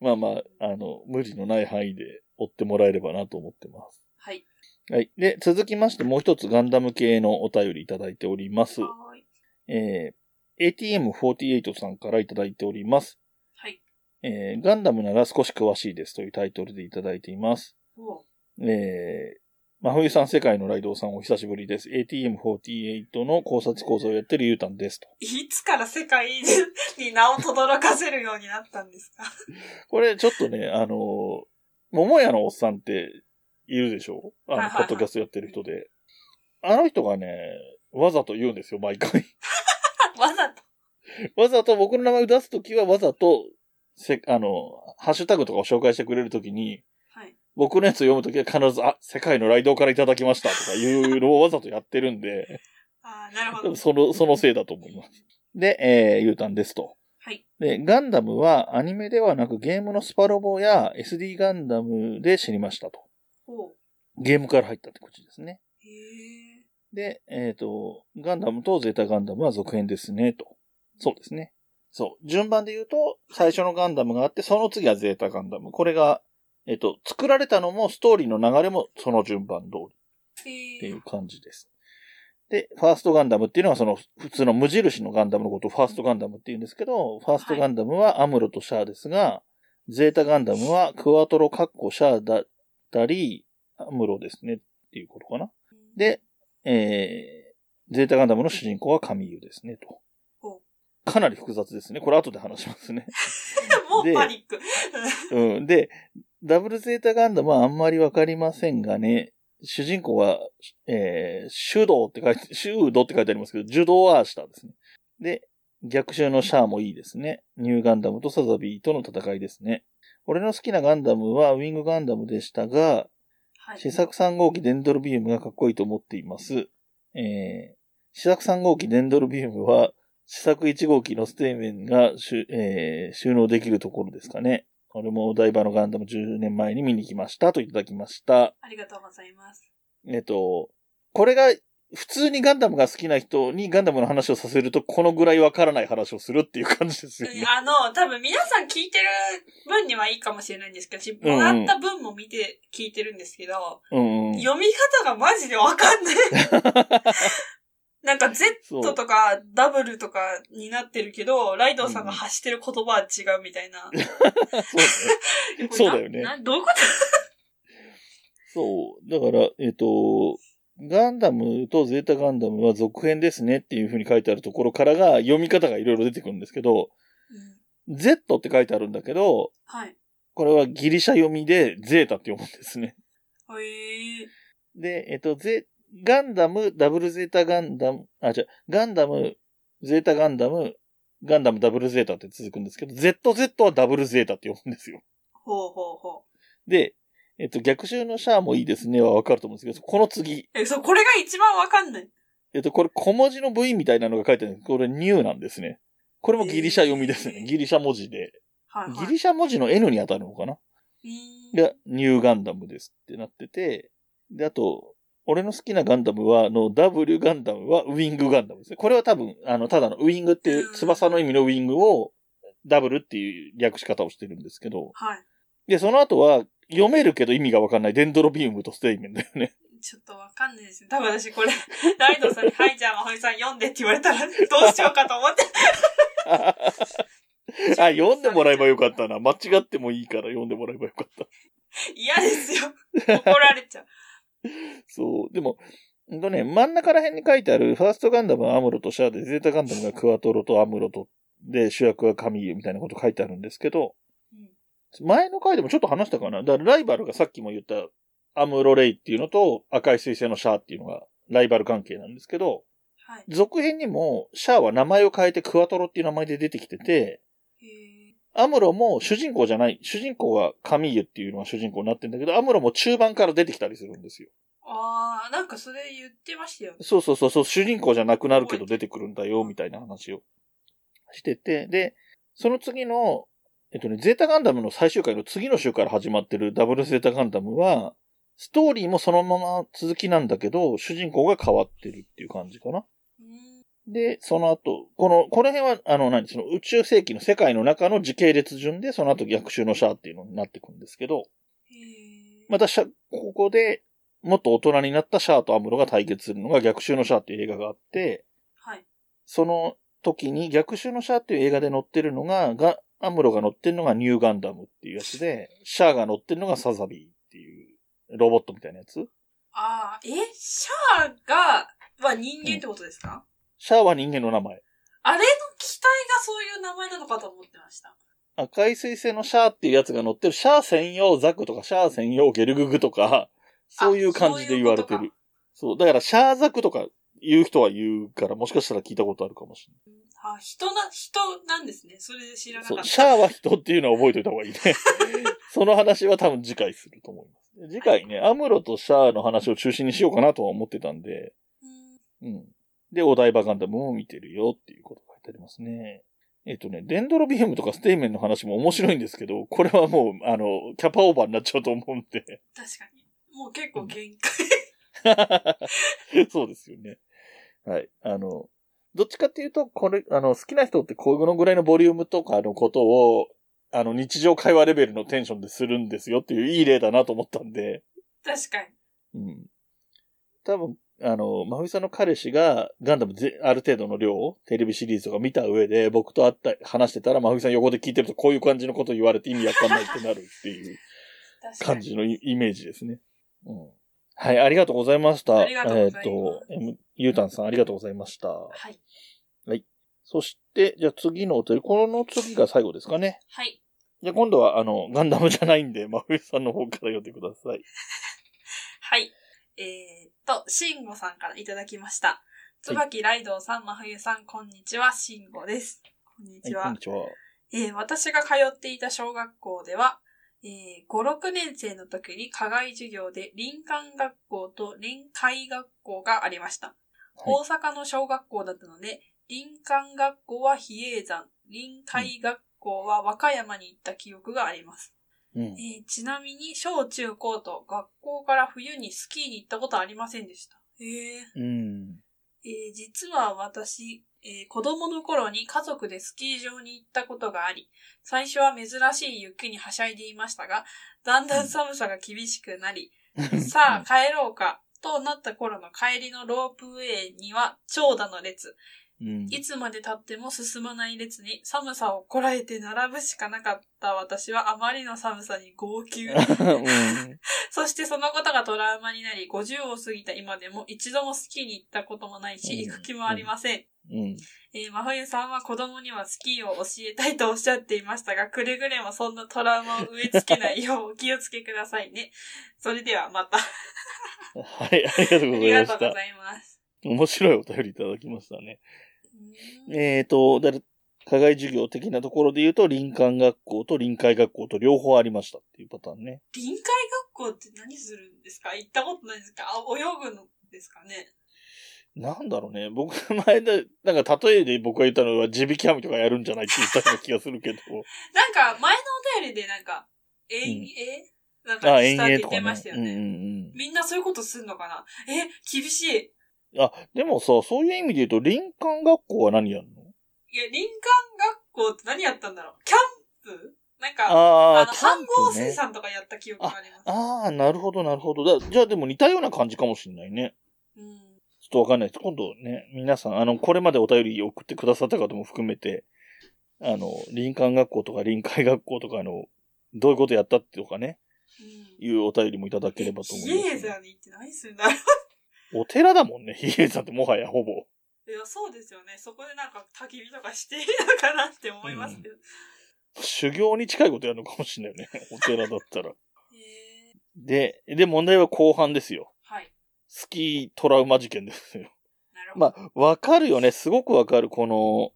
[SPEAKER 1] まあまあ、あの、無理のない範囲で追ってもらえればなと思ってます。 <laughs>
[SPEAKER 2] はい。
[SPEAKER 1] はい。で、続きましてもう一つガンダム系のお便りいただいております。
[SPEAKER 2] はーい。
[SPEAKER 1] えー、ATM48 さんからいただいております。
[SPEAKER 2] はい。
[SPEAKER 1] えー、ガンダムなら少し詳しいですというタイトルでいただいています。
[SPEAKER 2] おう
[SPEAKER 1] えー、真冬さん世界のライドウさんお久しぶりです。ATM48 の考察講座をやってるゆうたんですと。
[SPEAKER 2] いつから世界に名を轟かせるようになったんですか
[SPEAKER 1] これちょっとね、あのー、桃屋のおっさんっているでしょあ
[SPEAKER 2] はい
[SPEAKER 1] の、
[SPEAKER 2] はい
[SPEAKER 1] ポ
[SPEAKER 2] はい
[SPEAKER 1] ッドキャストやってる人で。あの人がね、わざと言うんですよ、毎回。 <laughs>
[SPEAKER 2] わざと。
[SPEAKER 1] わざと僕の名前を出すときはわざと、せ、あの、ハッシュタグとかを紹介してくれるときに、
[SPEAKER 2] はい。
[SPEAKER 1] 僕のやつを読むときは必ず、あ、世界のライドからいただきましたとかいうのをわざとやってる
[SPEAKER 2] <laughs>
[SPEAKER 1] んで、
[SPEAKER 2] ああ、なるほ
[SPEAKER 1] 多
[SPEAKER 2] ど
[SPEAKER 1] 分。その、そのせいだと思います。で、えー、ゆうたんですと。
[SPEAKER 2] はい。
[SPEAKER 1] で、ガンダムはアニメではなくゲームのスパロボや SD ガンダムで知りましたと。
[SPEAKER 2] おう
[SPEAKER 1] ゲームから入ったってこっちですね。
[SPEAKER 2] へえ。
[SPEAKER 1] で、えっ、と、ガンダムとゼータガンダムは続編ですね、と。そうですね。そう。順番で言うと、最初のガンダムがあって、その次はゼータガンダム。これが、えっ、と、作られたのも、ストーリーの流れもその順番通り
[SPEAKER 2] へ
[SPEAKER 1] ってい
[SPEAKER 2] え
[SPEAKER 1] う。感じです。で、ファーストガンダムっていうのはその普通の無印のガンダムのことをファーストガンダムって言うんですけど、ファーストガンダムはアムロとシャアですが、ゼータガンダムはクワトロカッコシャアだったり、アムロですねっていうことかな。で、えー、ゼータガンダムの主人公はカミユですねと
[SPEAKER 2] ほ。
[SPEAKER 1] かなり複雑ですね。これ後で話しますね。
[SPEAKER 2] <laughs> も
[SPEAKER 1] で
[SPEAKER 2] うパニック。
[SPEAKER 1] うん。で、ダブルゼータガンダムはあんまりわかりませんがね、主人公は、えー、修道って書いて、 <laughs> 修道って書いてありますけど、柔道アーシターですね。で、逆襲のシャアもいいですね。ニューガンダムとサザビーとの戦いですね。俺の好きなガンダムはウィングガンダムでしたが、
[SPEAKER 2] はい。
[SPEAKER 1] 試作3号機デンドルビウムがかっこいいと思っています。えー、試作3号機デンドルビウムは、試作1号機のステーメンがしゅ、えー収納できるところですかね。俺もお台場のガンダム10年前に見に来ましたといただきました。
[SPEAKER 2] ありがとうございます。
[SPEAKER 1] えっと、これが普通にガンダムが好きな人にガンダムの話をさせると、このぐらいわからない話をするっていう感じですよね。
[SPEAKER 2] あの、多分皆さん聞いてる分にはいいかもしれないんですけど、私もらった分も見て聞いてるんですけど、
[SPEAKER 1] うんうん。
[SPEAKER 2] 読み方がマジでわかん
[SPEAKER 1] <laughs>
[SPEAKER 2] ない。なんか Z とか W とかになってるけど、ライドウさんが発してる言葉は違うみたい <laughs> な。
[SPEAKER 1] そうねそうだよね
[SPEAKER 2] ななどういうこと
[SPEAKER 1] そう。だから、えっ、と、ガンダムとゼータガンダムは続編ですねっていう風に書いてあるところからが読み方がいろいろ出てくるんですけど、
[SPEAKER 2] うん、
[SPEAKER 1] Z って書いてあるんだけど、
[SPEAKER 2] はい。
[SPEAKER 1] これはギリシャ読みでゼータって読むんですね。
[SPEAKER 2] へえ
[SPEAKER 1] で、えっ、と、ゼ、ガンダム、ダブルゼータガンダム、あ、じゃガンダム、ゼータガンダム、ガンダムダブルゼータって続くんですけど、ZZ はダブルゼータって読むんですよ。
[SPEAKER 2] ほうほうほう。
[SPEAKER 1] で、えっ、と、逆襲のシャアもいいですねはわかると思うんですけど、この次、
[SPEAKER 2] え、そう、これが一番わかんない。
[SPEAKER 1] えっと、これ小文字の V みたいなのが書いてあるんですこれ new なんですね。これもギリシャ読みです
[SPEAKER 2] え
[SPEAKER 1] ね。
[SPEAKER 2] ー
[SPEAKER 1] ギリシャ文字で。
[SPEAKER 2] はい、はい。
[SPEAKER 1] ギリシャ文字の N に当たるのかな
[SPEAKER 2] うーん
[SPEAKER 1] が、ニューガンダムですってなってて、で、あと、俺の好きなガンダムは、あの、W ガンダムはウィングガンダムですね。これは多分、あの、ただのウィングっていう翼の意味のウィングを、ダブルっていう略し方をしてるんですけど、
[SPEAKER 2] はい。
[SPEAKER 1] で、その後は、読めるけど意味がわかんないデンドロビウムとステイメンだよね。
[SPEAKER 2] ちょっとわかんないですね。多分私これ、ライドさんに、はい、じゃあ、まほりさん読んでって言われたら、どうしようかと思って。
[SPEAKER 1] あ、読んでもらえばよかったな。間違ってもいいから読んでもらえばよかった。
[SPEAKER 2] 嫌ですよ。怒られちゃう。
[SPEAKER 1] そう。でも、うんとね、真ん中ら辺に書いてある、ファーストガンダムはアムロとシャアで、ゼータガンダムがクワトロとアムロと、で、主役はカミーユみたいなこと書いてあるんですけど、
[SPEAKER 2] うん
[SPEAKER 1] 前の回でもちょっと話したかな。だからライバルがさっきも言った、アムロレイっていうのと赤い彗星のシャアっていうのがライバル関係なんですけど、
[SPEAKER 2] はい。
[SPEAKER 1] 続編にもシャアは名前を変えてクワトロっていう名前で出てきてて、
[SPEAKER 2] へ
[SPEAKER 1] アムロも主人公じゃない、主人公はカミーユっていうのが主人公になってんだけど、アムロも中盤から出てきたりするんですよ。
[SPEAKER 2] ああ、なんかそれ言ってましたよね。
[SPEAKER 1] そうそうそうそう、主人公じゃなくなるけど出てくるんだよ、みたいな話をしてて、で、その次の、えっとね、ゼータガンダムの最終回の次の週から始まってるダブルゼータガンダムは、ストーリーもそのまま続きなんだけど、主人公が変わってるっていう感じかな。
[SPEAKER 2] うーん
[SPEAKER 1] で、その後、この、この辺は、あの、何、その宇宙世紀の世界の中の時系列順で、その後逆襲のシャアっていうのになってくんですけど、
[SPEAKER 2] へー
[SPEAKER 1] またシャ、ここで、もっと大人になったシャアとアムロが対決するのが逆襲のシャアっていう映画があって、
[SPEAKER 2] はい。
[SPEAKER 1] その時に逆襲のシャアっていう映画で乗ってるのが、が、アムロが乗ってるのがニューガンダムっていうやつで、シャアが乗ってるのがサザビーっていうロボットみたいなやつ。
[SPEAKER 2] ああ、え、シャアが、は人間ってことですか、
[SPEAKER 1] シャアは人間の名前。
[SPEAKER 2] あれの機体がそういう名前なのかと思ってました。
[SPEAKER 1] 赤い彗星のシャアっていうやつが乗ってるシャア専用ザクとかシャア専用ゲルググとか、そういう感じで言われて
[SPEAKER 2] そういう
[SPEAKER 1] る。そう。だからシャアザクとか言う人は言うから、もしかしたら聞いたことあるかもしれない。
[SPEAKER 2] あ、人な、人なんですね。それで知らなか
[SPEAKER 1] そ
[SPEAKER 2] っ
[SPEAKER 1] う、
[SPEAKER 2] た。
[SPEAKER 1] シャアは人っていうのは覚えておいた方がい
[SPEAKER 2] <laughs>
[SPEAKER 1] いね。その話は多分次回すると思います。次回ね、アムロとシャアの話を中心にしようかなとは思ってたんで、
[SPEAKER 2] うん
[SPEAKER 1] うん。で、お台場ガンダムも見てるよっていうことが書いてありますね。えっとね、デンドロビウムとかステイメンの話も面白いんですけど、これはもう、あの、キャパオーバーになっちゃうと思うんで。
[SPEAKER 2] 確かに。もう結構限界。 <laughs>
[SPEAKER 1] <laughs> そうですよね。はい。あの、どっちかっていうと、これ、あの、好きな人ってこのぐらいのボリュームとかのことを、あの、日常会話レベルのテンションでするんですよっていういい例だなと思ったんで、
[SPEAKER 2] 確かに。
[SPEAKER 1] うん。多分、あの、まふみさんの彼氏がガンダムぜある程度の量をテレビシリーズとか見た上で僕と会った、話してたらまふみさん横で聞いてるとこういう感じのこと言われて意味わかんないってなるっていう
[SPEAKER 2] 確かに。
[SPEAKER 1] 感じのイイメージですね。うん。はい、ありがとうございました。
[SPEAKER 2] ありがとうございます
[SPEAKER 1] えっ、と、M- ゆうたんさんありがとうございました。
[SPEAKER 2] はい。
[SPEAKER 1] そして、じゃあ次のお便り、この次が最後ですかね。
[SPEAKER 2] はい。
[SPEAKER 1] じゃあ今度は、あの、ガンダムじゃないんで、真冬さんの方から読んでください。
[SPEAKER 2] はい。えー、っと、しんごさんからいただきました。つばきライドウさん、まふゆさん、こんにちは。しんごです。こんにちは。
[SPEAKER 1] はい、こんにちは。
[SPEAKER 2] えー私が通っていた小学校では、えー5、6年生の時に課外授業で林間学校と臨海学校がありました。
[SPEAKER 1] は
[SPEAKER 2] 大阪の小学校だったので、林間学校は比叡山、臨海学校は和歌山に行った記憶があります。
[SPEAKER 1] うん。
[SPEAKER 2] えーちなみに小中高と学校から冬にスキーに行ったことはありませんでした。ええ
[SPEAKER 1] うん。
[SPEAKER 2] えー実は私、えー子供の頃に家族でスキー場に行ったことがあり、最初は珍しい雪にはしゃいでいましたが、だんだん寒さが厳しくなり、さあ帰ろうか、となった頃の帰りのロープウェイには長蛇の列、
[SPEAKER 1] うん。
[SPEAKER 2] いつまで経っても進まない列に寒さをこらえて並ぶしかなかった私はあまりの寒さに号
[SPEAKER 1] <laughs>
[SPEAKER 2] 泣。
[SPEAKER 1] うん
[SPEAKER 2] そしてそのことがトラウマになり、50を過ぎた今でも一度もスキーに行ったこともないし、行
[SPEAKER 1] うん
[SPEAKER 2] く気もありません。
[SPEAKER 1] うん。
[SPEAKER 2] えー、真冬さんは子供にはスキーを教えたいとおっしゃっていましたが、 <laughs> くれぐれもそんなトラウマを植え付けないようお気をつけくださいね。それではまた。あ
[SPEAKER 1] はい、ありがとうござ
[SPEAKER 2] り
[SPEAKER 1] い
[SPEAKER 2] が
[SPEAKER 1] ま
[SPEAKER 2] とうご
[SPEAKER 1] した。
[SPEAKER 2] ざいます。
[SPEAKER 1] 面白いお便りいただきましたね。
[SPEAKER 2] うーん
[SPEAKER 1] えーと、だる課外授業的なところで言うと、林間学校と臨海学校と両方ありましたっていうパターンね。
[SPEAKER 2] 臨海学校って何するんですか行ったことないんですかあ泳ぐのですかね
[SPEAKER 1] なんだろうね。僕、 <laughs> 前で、なんか例えで僕が言ったのは、地引き網とかやるんじゃないって言ったような気がするけど。
[SPEAKER 2] なんか前のお便りでなんか、遠
[SPEAKER 1] うん
[SPEAKER 2] 泳、なん
[SPEAKER 1] <laughs> あ、
[SPEAKER 2] か
[SPEAKER 1] 遠
[SPEAKER 2] したって
[SPEAKER 1] 泳
[SPEAKER 2] 言
[SPEAKER 1] と
[SPEAKER 2] っ
[SPEAKER 1] か
[SPEAKER 2] てま
[SPEAKER 1] ね
[SPEAKER 2] し。たよ
[SPEAKER 1] うんうん
[SPEAKER 2] ね。
[SPEAKER 1] うん。
[SPEAKER 2] みんなそういうことすんのかなえ、厳しい。
[SPEAKER 1] あ、でもさ、そういう意味で言うと、林間学校は何やるの
[SPEAKER 2] いや、林間学校って何やったんだろうキャンプなんか、
[SPEAKER 1] あ
[SPEAKER 2] あ
[SPEAKER 1] あ
[SPEAKER 2] の、
[SPEAKER 1] ー、キャ
[SPEAKER 2] 半
[SPEAKER 1] ン
[SPEAKER 2] 合
[SPEAKER 1] プ
[SPEAKER 2] 水
[SPEAKER 1] ね。
[SPEAKER 2] 産とかやった記憶があります。
[SPEAKER 1] ああ、なるほど、なるほど。だじゃあでも似たような感じかもしれないね。
[SPEAKER 2] うん。
[SPEAKER 1] ちょっとわかんないです。今度ね、皆さん、あの、これまでお便り送ってくださった方も含めて、あの、林間学校とか臨海学校とかの、どういうことやったってとかね、
[SPEAKER 2] うん。
[SPEAKER 1] いうお便りもいただければと思
[SPEAKER 2] 比
[SPEAKER 1] います、
[SPEAKER 2] 叡山に行って何するんだろ
[SPEAKER 1] お寺だもんね、 <laughs> 比叡山ってもはやほぼ。
[SPEAKER 2] ういや、そうですよね。そこでなんか焚き火とかしているのかなって思いますけど。
[SPEAKER 1] 修行に近いことやるのかもしれないね。お寺だったら。
[SPEAKER 2] えー、
[SPEAKER 1] で、で、問題は後半ですよ。
[SPEAKER 2] はい。
[SPEAKER 1] スキートラウマ事件ですよ。 <laughs>
[SPEAKER 2] なるほど。
[SPEAKER 1] まあ、わかるよね。すごくわかる。この、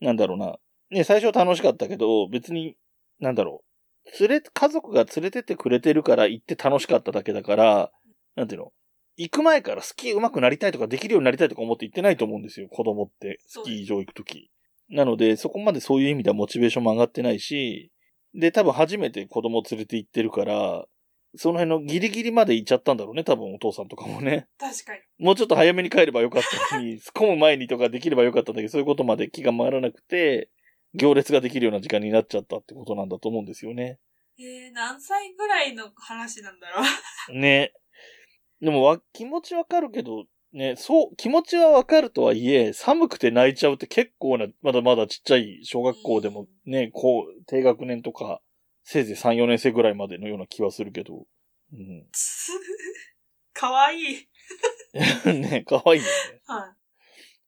[SPEAKER 1] なんだろうな。ね、最初は楽しかったけど、別に、なんだろう。連れ、家族が連れてってくれてるから行って楽しかっただけだから、なんていうの行く前からスキー上手くなりたいとかできるようになりたいとか思って行ってないと思うんですよ。子供って、スキー場行くとき。なので、そこまでそういう意味ではモチベーションも上がってないし、で、多分初めて子供を連れて行ってるから、その辺のギリギリまで行っちゃったんだろうね。多分お父さんとかもね。 <laughs>
[SPEAKER 2] 確かに。
[SPEAKER 1] もうちょっと早めに帰ればよかったの <laughs> に、混む前にとかできればよかったんだけど、そういうことまで気が回らなくて、行列ができるような時間になっちゃったってことなんだと思うんですよね。
[SPEAKER 2] えー、何歳ぐらいの話なんだろう <laughs>
[SPEAKER 1] ね。でもわ、気持ちわかるけど、ね、そう、気持ちはわかるとはいえ、寒くて泣いちゃうって結構な、まだまだちっちゃい小学校でもね、こう、低学年とか、せいぜい3、4年生ぐらいまでのような気はするけど、うん。 <laughs>
[SPEAKER 2] かわいい。
[SPEAKER 1] ね、かわいいよね。
[SPEAKER 2] は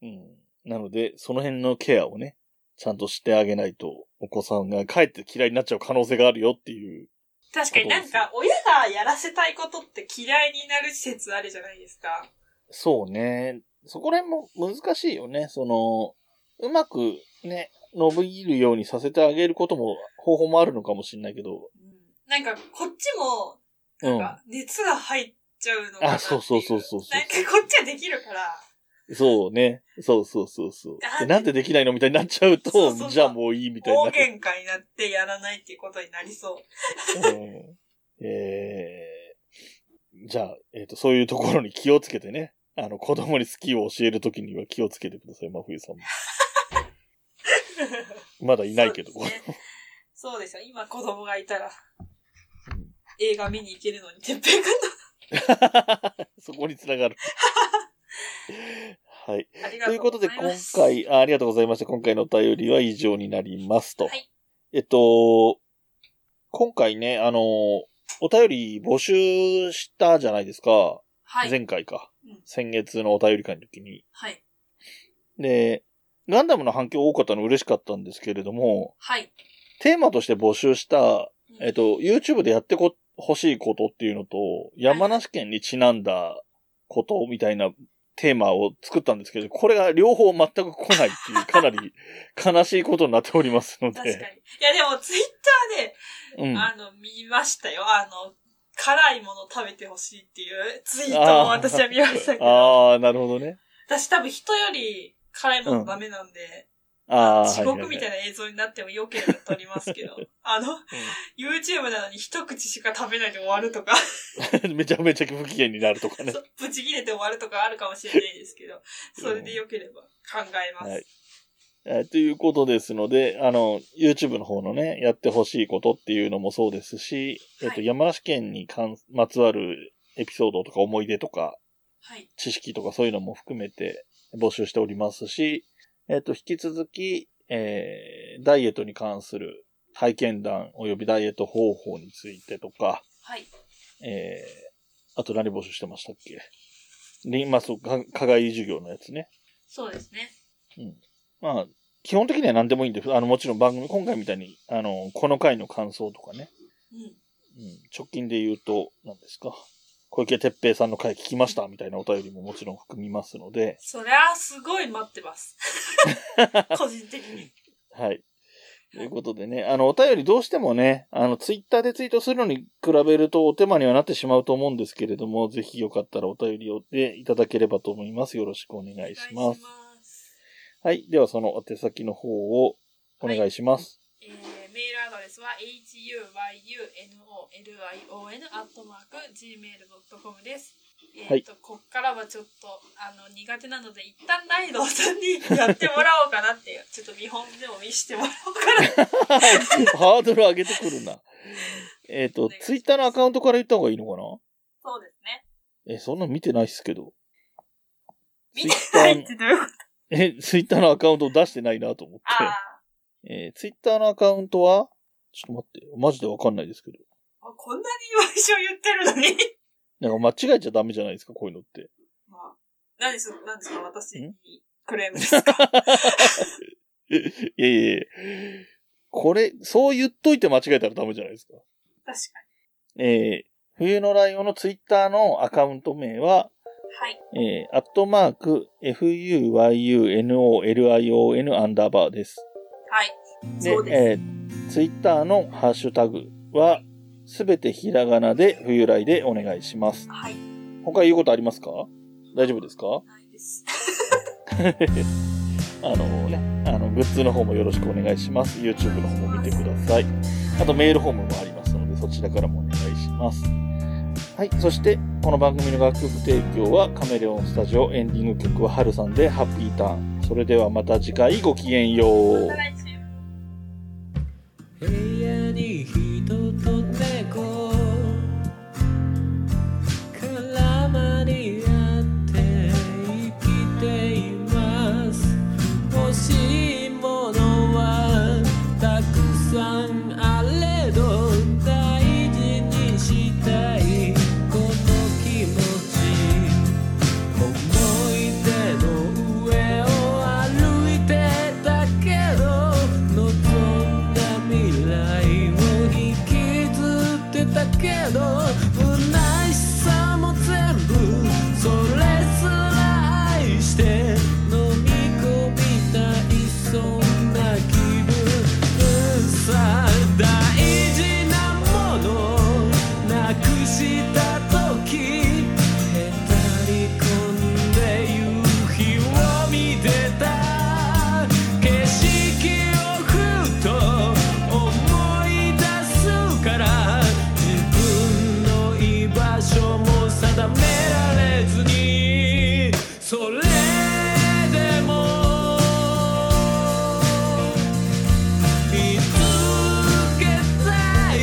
[SPEAKER 1] うん。なので、その辺のケアをね、ちゃんとしてあげないと、お子さんが帰って嫌いになっちゃう可能性があるよっていう。
[SPEAKER 2] い。確かになんか、親がやらせたいことって嫌いになる説あるじゃないですか。
[SPEAKER 1] そうね。そこら辺も難しいよね。その、うまくね、伸びるようにさせてあげることも、方法もあるのかもしれないけど。
[SPEAKER 2] なんか、こっちも、
[SPEAKER 1] う
[SPEAKER 2] なん
[SPEAKER 1] ん。
[SPEAKER 2] か、熱が入っちゃうのかな
[SPEAKER 1] あ、そうそうそうそう
[SPEAKER 2] なんか
[SPEAKER 1] そ、
[SPEAKER 2] こっちはできるから、
[SPEAKER 1] う。そうね。そうそうそうそう
[SPEAKER 2] あ。
[SPEAKER 1] でなんでできないのみたいになっちゃうと、
[SPEAKER 2] そうそうそう
[SPEAKER 1] じゃあもういいみたいに
[SPEAKER 2] 大
[SPEAKER 1] なる。
[SPEAKER 2] 喧嘩になってやらないっていうことになりそう。
[SPEAKER 1] うんえー、じゃあ、えっ、と、そういうところに気をつけてね。あの、子供にスキーを教えるときには気をつけてください、真冬さんも。まだいないけど。
[SPEAKER 2] そうですねそうですよ。今子供がいたら、映画見に行けるのに、てっぺんくん
[SPEAKER 1] <laughs> そこにつながる。はい。
[SPEAKER 2] の。ありが
[SPEAKER 1] と
[SPEAKER 2] と
[SPEAKER 1] いううこ
[SPEAKER 2] ご
[SPEAKER 1] と
[SPEAKER 2] ざ
[SPEAKER 1] で、
[SPEAKER 2] い
[SPEAKER 1] 今
[SPEAKER 2] ます。
[SPEAKER 1] 回あ、ありがとうございました。今回のお便りは以上になりますと。
[SPEAKER 2] はい
[SPEAKER 1] えっと、今回ね、あの、お便り募集したじゃないですか。
[SPEAKER 2] はい。
[SPEAKER 1] 前回か
[SPEAKER 2] うん。
[SPEAKER 1] 先月のお便り会の時に。
[SPEAKER 2] はい。
[SPEAKER 1] で、ガンダムの反響多かったの嬉しかったんですけれども、
[SPEAKER 2] はい。
[SPEAKER 1] テーマとして募集した、
[SPEAKER 2] うん
[SPEAKER 1] えっ、と、YouTube でやってこ、欲しいことっていうのと、山梨県にちなんだことみたいなテーマを作ったんですけど、これが両方全く来ないっていう、か
[SPEAKER 2] <laughs>
[SPEAKER 1] なり悲しいことになっておりますの
[SPEAKER 2] 確かに。い
[SPEAKER 1] で、
[SPEAKER 2] や、でも、ツイッターで、
[SPEAKER 1] うん。
[SPEAKER 2] あの、見ましたよ。あの、辛いもの食べてほしいっていうツイートも私は見ましたけど。
[SPEAKER 1] ああ、なるほどね。
[SPEAKER 2] 私多分人より辛いものダメなんで、
[SPEAKER 1] ああ、
[SPEAKER 2] 地獄み
[SPEAKER 1] い
[SPEAKER 2] たいな映像になっても良ければ撮ります
[SPEAKER 1] <laughs>
[SPEAKER 2] けど、あの、YouTube なのに一口しか食べないで終わるとか、
[SPEAKER 1] はいはい。めちゃめちゃ不機嫌になるとかね
[SPEAKER 2] そ。うブチ切れて終わるとかあるかもしれないですけど、それで良ければ考えます。
[SPEAKER 1] はいえーということですので、あの、YouTube の方のね、やってほしいことっていうのもそうですし、えっ
[SPEAKER 2] は
[SPEAKER 1] と、
[SPEAKER 2] い
[SPEAKER 1] 山梨県に関まつわるエピソードとか思い出とか、
[SPEAKER 2] はい。
[SPEAKER 1] 知識とかそういうのも含めて募集しておりますし、えっ、と、引き続き、えー、ダイエットに関する体験談及びダイエット方法についてとか、
[SPEAKER 2] はい。
[SPEAKER 1] えー、あと何募集してましたっけリンマス課課外授業のやつね。
[SPEAKER 2] そうですね。
[SPEAKER 1] まあ、基本的には何でもいいんで、あの、もちろん番組、今回みたいに、あの、この回の感想とかね、
[SPEAKER 2] うん。
[SPEAKER 1] うん、直近で言うと、何ですか、小池哲平さんの回聞きましたみたいなお便りももちろん含みますので、
[SPEAKER 2] そりゃ、すごい待って
[SPEAKER 1] <laughs>
[SPEAKER 2] ます。個人的に。
[SPEAKER 1] はい。ということでね、あの、お便りどうしてもね、あの、ツイッターでツイートするのに比べるとお手間にはなってしまうと思うんですけれども、ぜひよかったらお便りをでいただければと思います。よろしくお願
[SPEAKER 2] お
[SPEAKER 1] いします。
[SPEAKER 2] す。
[SPEAKER 1] はい。では、そのお手先の方をお願いします。
[SPEAKER 2] えーメールアドレスは huyunolion.gmail.com です。えー、
[SPEAKER 1] はい
[SPEAKER 2] と、こっからはちょっと、あの、苦手なので、一旦ライドさんにやってもらおうかなっていう、 <laughs> ちょっと見本でも見してもらおうかな。
[SPEAKER 1] <laughs> ハードル上げてくる
[SPEAKER 2] <laughs>
[SPEAKER 1] な。えっ
[SPEAKER 2] お
[SPEAKER 1] と
[SPEAKER 2] 願いしま、す
[SPEAKER 1] ツイッターのアカウントから言った方がいいのか
[SPEAKER 2] そうですね。
[SPEAKER 1] なえ、そんなの見てないっすけど。
[SPEAKER 2] 見てないっ
[SPEAKER 1] Twitter
[SPEAKER 2] てどういうこと
[SPEAKER 1] え、ツイッターのアカウントを出してないなと思っ
[SPEAKER 2] あ
[SPEAKER 1] て。えーツイッターのアカウントはちょっと待って、マジでわかんないですけど。
[SPEAKER 2] あ、こんなに一緒言ってるのに。
[SPEAKER 1] なんか間違えちゃダメじゃないですか、こういうのって。
[SPEAKER 2] <laughs>
[SPEAKER 1] <laughs>
[SPEAKER 2] まあ、何す、何ですか、私
[SPEAKER 1] ん
[SPEAKER 2] にクレームですか。
[SPEAKER 1] いやいやいやこれ、そう言っといて間違えたらダメじゃないですか。
[SPEAKER 2] 確か
[SPEAKER 1] えー冬のライオンのツイッターのアカウント名は、
[SPEAKER 2] に。はい。
[SPEAKER 1] えーアットマーク、fuyunolion アンダーバーです。
[SPEAKER 2] はい。
[SPEAKER 1] で
[SPEAKER 2] そう、です。
[SPEAKER 1] えツイッター Twitter のハッシュタグは、すべてひらがなで冬来でお願いします。
[SPEAKER 2] はい。
[SPEAKER 1] 他言うことありますか大丈夫ですか
[SPEAKER 2] ないです。
[SPEAKER 1] あのね、あの、グッズの方もよろしくお願いします。YouTube の方も見てください。あとメールフォームもありますので、そちらからもお願いします。はい。そして、この番組の楽曲提供はカメレオンスタジオエンディング曲はハルさんでハッピーターン。それではまた次回ごきげんよう
[SPEAKER 2] また。来週
[SPEAKER 3] 部屋に人と猫絡まり合って生きています欲しいものはたくさんあれど大事にしたいこの気持ち思い出の上を歩いてたけど望んだ未来を引きずってたけど虚しさも全部それすら愛して飲み込みたいそんな気分さ大事なものなくした時「へたり込んで夕日を見てた」「景色をふと思い出すから」「自分の居場所も定められずにそれでも」「見つけたい」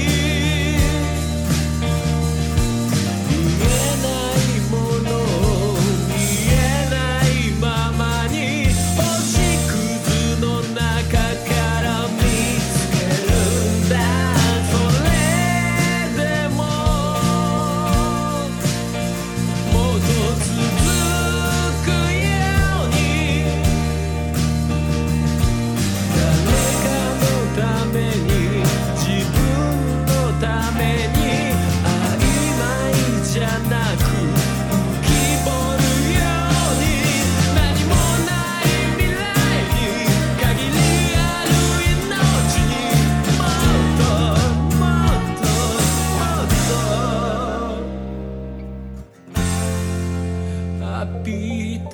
[SPEAKER 3] 「見えないもの見えないままに星屑の中から見つけるんだ」「それでももっと続くように」「誰かのために自分のために」「曖昧じゃなく浮き彫るように」「何もない未来に限りある命にもっともっともっと」「浴びた」